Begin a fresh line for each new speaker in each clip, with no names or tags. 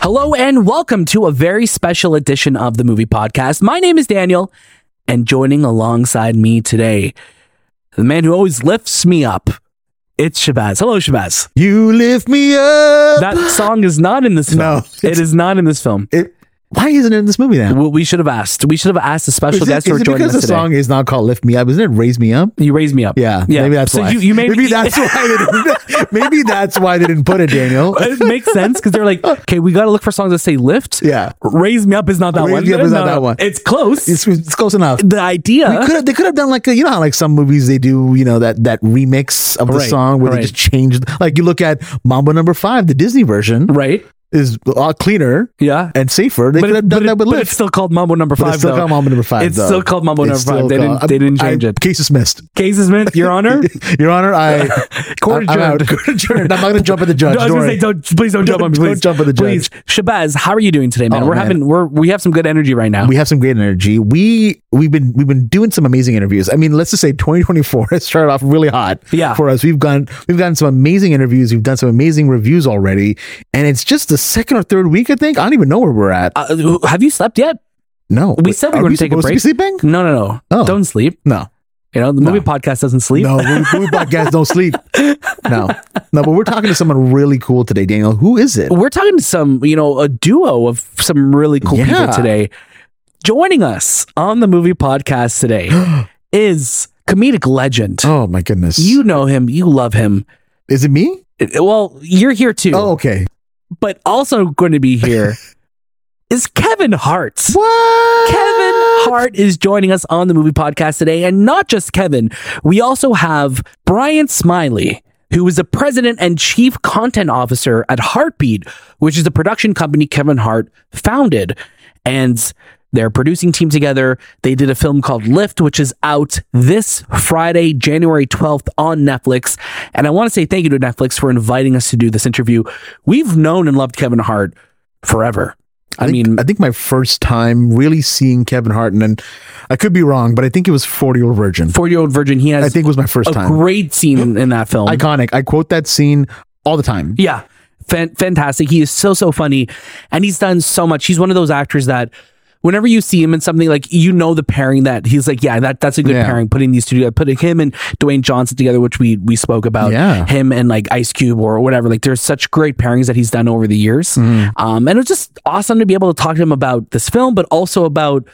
Hello and welcome to a very special edition of the movie podcast. My name is Daniel, and joining alongside me today, the man who always lifts me up, it's Shabazz. Hello, Shabazz.
You lift me up.
That song is not in this film.
No,
it is not in this film.
It- why isn't it in this movie now?
We we should have asked. We should have asked a special
Is it,
guest
is
who are
it
joining
because
us
the
today.
song is not called "Lift Me Up"? Isn't it "Raise Me Up"?
you raise me up.
Yeah, maybe that's
so
why.
You, you made
maybe
me-
that's why they didn't. maybe that's why they didn't put it, Daniel.
it makes sense because they're like, okay, we got to look for songs that say lift.
Yeah.
Raise me up is not that
Raise
one.
Me Up is
No,
not that
no.
one.
It's close.
It's, it's close enough.
the idea.
They could have, they could have done like a, you know how like some movies they do you know that that remix of the
Right,
song where
right.
they just change like you look at Mambo Number Five the Disney version
right.
is a lot cleaner
Yeah.
and safer they
But,
could
it-
have done
but,
that
it-
with
but it's
Lift
still called Mambo Number
but
Five.
it's still
though.
called Mambo Number Five
It's
though.
still called Mambo
It's
Number
still
Five. They didn't.
called-
They didn't
I-
change it.
case dismissed
Casey Smith, Your Honor,
Your Honor, I
Court
I'm- I'm out.
adjourned.
Court adjourned. I'm not going to jump at the judge.
No, I was
Don't
gonna
worry.
say, don't please don't jump on me,
Don't
please
jump on the
Please, Shabazz, how are you doing today, man?
Oh,
we're
man.
having we're we have some good energy right now.
we have some great energy. We we've been we've been doing some amazing interviews. I mean, let's just say 2024 has started off really hot.
Yeah.
for us, we've gone we've gotten some amazing interviews. We've done some amazing reviews already, and it's just the second or third week. I think I don't even know where we're at.
uh, have you slept yet?
no,
we said we
Are
were gonna take a
supposed to be
break.
sleeping?
No, no, no.
Oh.
Don't sleep.
No,
You know the
No.
movie podcast doesn't sleep.
no, we, we podcast don't sleep. No, no, but we're talking to someone really cool today, Daniel. Who is it?
We're talking to some, you know, a duo of some really cool
Yeah.
people today. Joining us on the movie podcast today is comedic legend.
Oh my goodness,
You know him. You love him.
is it me?
It- Uh, Well, you're here too,
Oh, okay.
but also going to be here is Kevin Hart.
What?
Kevin Hart is joining us on the movie podcast today. And not just Kevin, we also have Brian Smiley, who is the president and chief content officer at Heartbeat, which is the production company Kevin Hart founded. And their producing team together. They did a film called Lift, which is out this Friday, January 12th on Netflix. And I want to say thank you to Netflix for inviting us to do this interview. We've known and loved Kevin Hart forever. I,
think-
mean,
I think my first time really seeing Kevin Hart, and then I could be wrong, but I think it was 40 Year Old Virgin.
40 year old virgin. He
I
has
think it was my first
a
time.
great scene in that film.
Iconic. I quote that scene all the time.
yeah. Fan- fantastic. He is so, so funny. And he's done so much. He's one of those actors that whenever you see him in something like, you know, the pairing that he's like, yeah, that, that's a good
Yeah.
pairing. Putting these two together, putting him and Dwayne Johnson together, which we, we spoke about
Yeah.
him and like Ice Cube or whatever. Like there's such great pairings that he's done over the years.
Mm-hmm.
Um, and it's just awesome to be able to talk to him about this film, but also about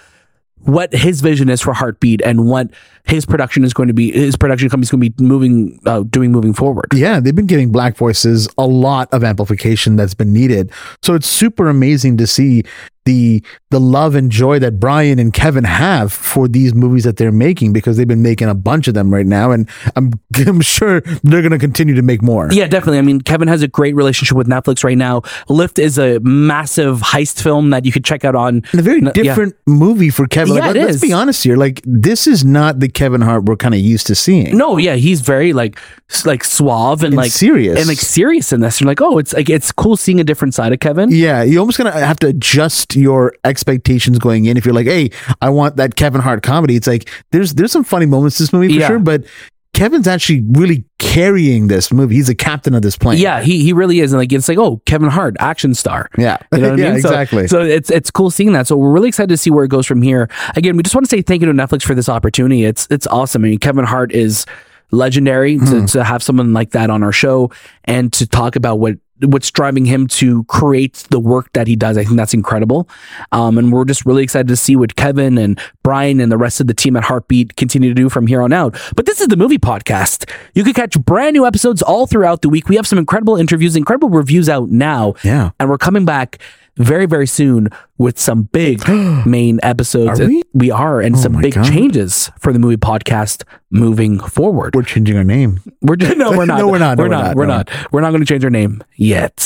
what his vision is for Heartbeat and what his production is going to be, his production company is going to be moving, uh, doing moving forward.
Yeah, they've been giving black voices a lot of amplification that's been needed. So it's super amazing to see the the love and joy that Brian and Kevin have for these movies that they're making because they've been making a bunch of them right now and I'm I'm sure they're going to continue to make more.
Yeah, definitely. I mean, Kevin has a great relationship with Netflix right now. Lift is a massive heist film that you could check out on.
And a very
yeah.
different movie for Kevin. Like,
Yeah, it
let, us
is.
be honest here. Like this is not the Kevin Hart we're kind of used to seeing.
No, yeah, he's very like s- like suave and, like
serious.
and like serious in this. You're like, oh, it's like it's cool seeing a different side of Kevin.
yeah, you're almost gonna have to adjust your expectations going in. If you're like, "Hey, I want that Kevin Hart comedy," it's like there's there's some funny moments in this movie for
Yeah.
sure, but Kevin's actually really carrying this movie. He's the captain of this plane.
Yeah, he he really is, and like it's like, oh, Kevin Hart, action star.
yeah,
You know what I
yeah,
mean? So-
exactly.
So, it's it's cool seeing that. So we're really excited to see where it goes from here. Again, we just want to say thank you to Netflix for this opportunity. It's it's awesome. I mean, Kevin Hart is legendary to,
Hmm.
to have someone like that on our show and to talk about what what's driving him to create the work that he does. I think that's incredible. Um, and we're just really excited to see what Kevin and Brian and the rest of the team at Heartbeat continue to do from here on out. But this is the movie podcast. You can catch brand new episodes all throughout the week. We have some incredible interviews, incredible reviews out now.
yeah.
And we're coming back very, very soon with some big main episodes.
Are we? Oh
we are, and some
my
big
God.
changes for the movie podcast moving forward.
We're changing our name.
We're just, no, we're not.
No, we're not. No,
We're
we're
not.
not.
We're
No.
not. We're not going to change our name yet.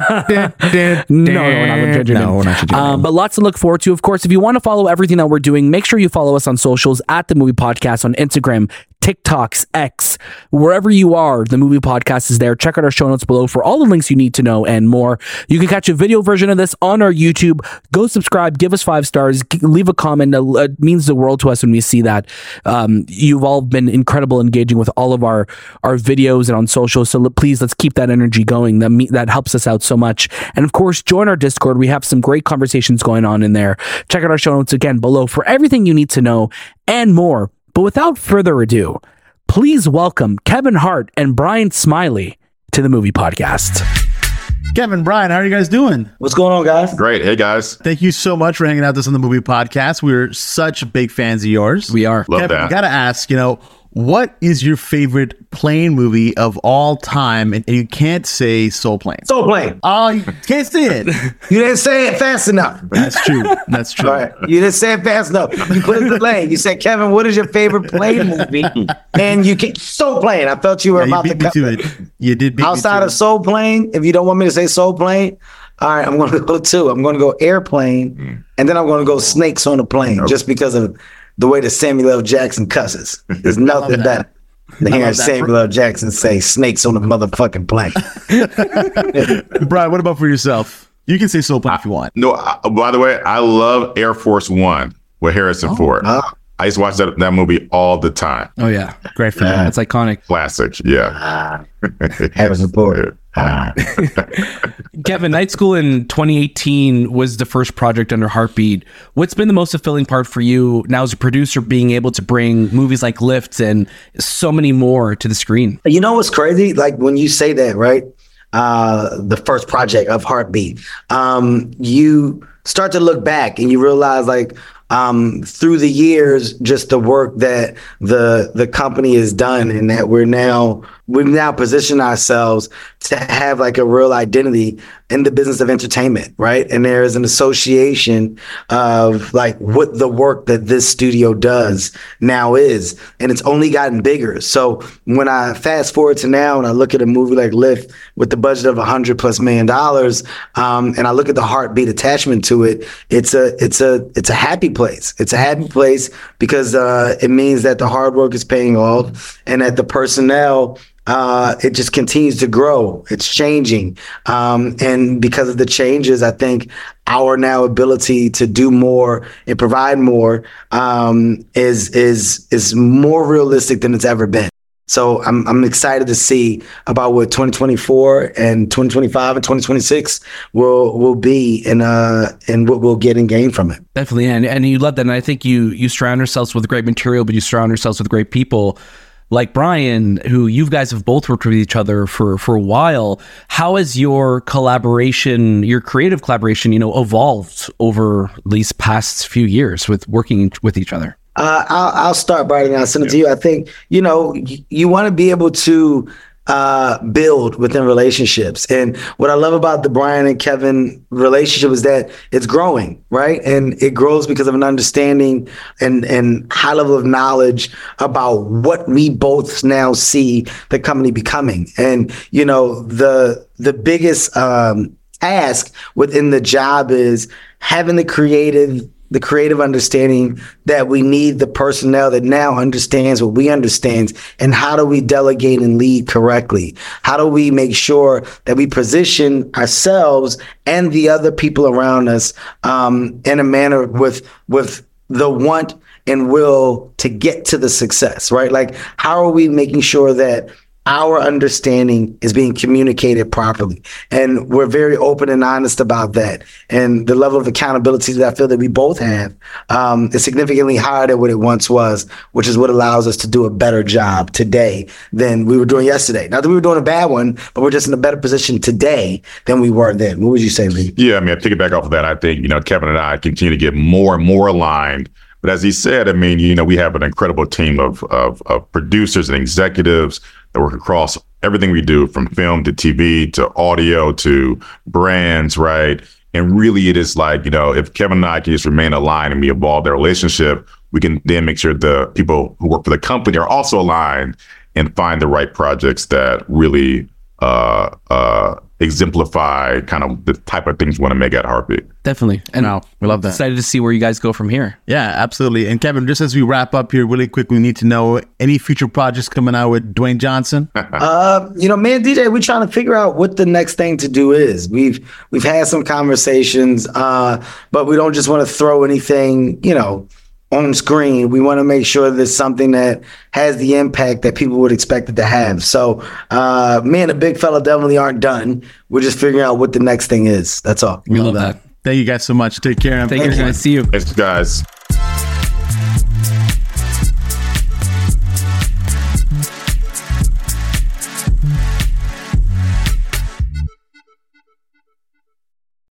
No, no, we're not going to change your
Eh, No,
name.
we're not changing our
Um,
name.
but lots to look forward to. Of course, if you want to follow everything that we're doing, make sure you follow us on socials at the movie podcast on Instagram, TikToks, X, wherever you are, the movie podcast is there. Check out our show notes below for all the links you need to know and more. You can catch a video version of this on our YouTube. Go subscribe, give us five stars, g- leave a comment. It uh, means the world to us when we see that. Um, you've all been incredible engaging with all of our our videos and on social. So l- please let's keep that energy going. That me- that helps us out so much. And of course, join our Discord. We have some great conversations going on in there. Check out our show notes again below for everything you need to know and more. But without further ado, please welcome Kevin Hart and Brian Smiley to the movie podcast.
Kevin, Brian, how are you guys doing?
What's going on, guys?
Great. Hey, guys.
Thank you so much for hanging out with us on the movie podcast. We're such big fans of yours.
We are.
Love
Kevin,
that.
gotta ask, you know, what is your favorite plane movie of all time? And, and you can't say Soul Plane.
Soul Plane.
Oh, you can't say it.
You didn't say it fast enough.
That's true. That's true.
All right. You didn't say it fast enough. You put it in the lane. You said, Kevin, what is your favorite plane movie? And you can Soul Plane. I felt you were
Yeah, you
about to
beat me
cut.
to it. You did beat
Outside
me to
of Soul Plane, if you don't want me to say Soul Plane, all right, I'm going to go two. I'm going to go Airplane,
Mm.
and then I'm going to go Snakes on a Plane, just because of the way that Samuel L. Jackson cusses. There's nothing better than hearing
love that.
Samuel L. Jackson say Snakes on a motherfucking plane.
it. Brian, what about for yourself? You can say Soul Plane if you want.
No, I, by the way, I love Air Force One with Harrison Ford.
Ah.
I used to watch that, that movie all the time.
Oh yeah, great film.
That's iconic.
Classic. Yeah.
Ah, Harrison Ford. Ah.
Kevin, Night School in 2018 was the first project under Heartbeat. What's been the most fulfilling part for you now as a producer, being able to bring movies like Lift and so many more to the screen?
You know what's crazy? Like when you say that, right? Uh, the first project of Heartbeat, um, you start to look back and you realize, like, um, through the years, just the work that the the company has done, and that we're now we've now positioned ourselves to have like a real identity in the business of entertainment, right? And there is an association of like what the work that this studio does now is, and it's only gotten bigger. So when I fast forward to now and I look at a movie like Lift with the budget of a hundred plus million dollars, um, and I look at the heartbeat attachment to it, it's a it's a it's a happy place. It's a happy place because uh, it means that the hard work is paying off, and that the personnel uh, it just continues to grow. It's changing. Um, and because of the changes, I think our now ability to do more and provide more um, is is is more realistic than it's ever been. So I'm I'm excited to see about what 2024 and 2025 and 2026 will will be and uh and what we'll get and gain from it.
Definitely, and and you love that. And I think you you surround yourselves with great material, but you surround yourselves with great people. Like Brian, who you guys have both worked with each other for for a while, how has your collaboration, your creative collaboration, you know, evolved over these past few years with working with each other?
Uh, I'll, I'll start, Brian, and I'll send it to you. I think, you know, you, you want to be able to uh, build within relationships. And what I love about the Brian and Kevin relationship is that it's growing, right? And it grows because of an understanding and, and high level of knowledge about what we both now see the company becoming. And, you know, the, the biggest, um, ask within the job is having the creative the creative understanding that we need the personnel that now understands what we understand and how do we delegate and lead correctly how do we make sure that we position ourselves and the other people around us um, in a manner with with the want and will to get to the success right like how are we making sure that our understanding is being communicated properly. And we're very open and honest about that. And the level of accountability that I feel that we both have um, is significantly higher than what it once was, which is what allows us to do a better job today than we were doing yesterday. Not that we were doing a bad one, but we're just in a better position today than we were then. What would you say, Lee?
Yeah. I mean, I take it back off of that. I think, you know, Kevin and I continue to get more and more aligned. But as he said, I mean, you know, we have an incredible team of, of, of producers and executives that work across everything we do from film to TV to audio to brands, right? And really, it is like, you know, if Kevin and I can just remain aligned and we evolve their relationship, we can then make sure the people who work for the company are also aligned and find the right projects that really uh, uh, exemplify kind of the type of things we want to make at Heartbeat.
Definitely. And
Wow, we love that.
Excited to see where you guys go from here.
Yeah, absolutely. And Kevin, just as we wrap up here, really quick, we need to know any future projects coming out with Dwayne Johnson.
Uh, you know, me and DJ, we're trying to figure out what the next thing to do is. We've we've had some conversations, uh, but we don't just want to throw anything, you know, on screen. We want to make sure there's something that has the impact that people would expect it to have. So, uh, me and the big fella definitely aren't done. We're just figuring out what the next thing is. That's all.
We love, that.
Thank you guys so much. Take care. and
Thank you. Nice to see you.
Thanks, guys.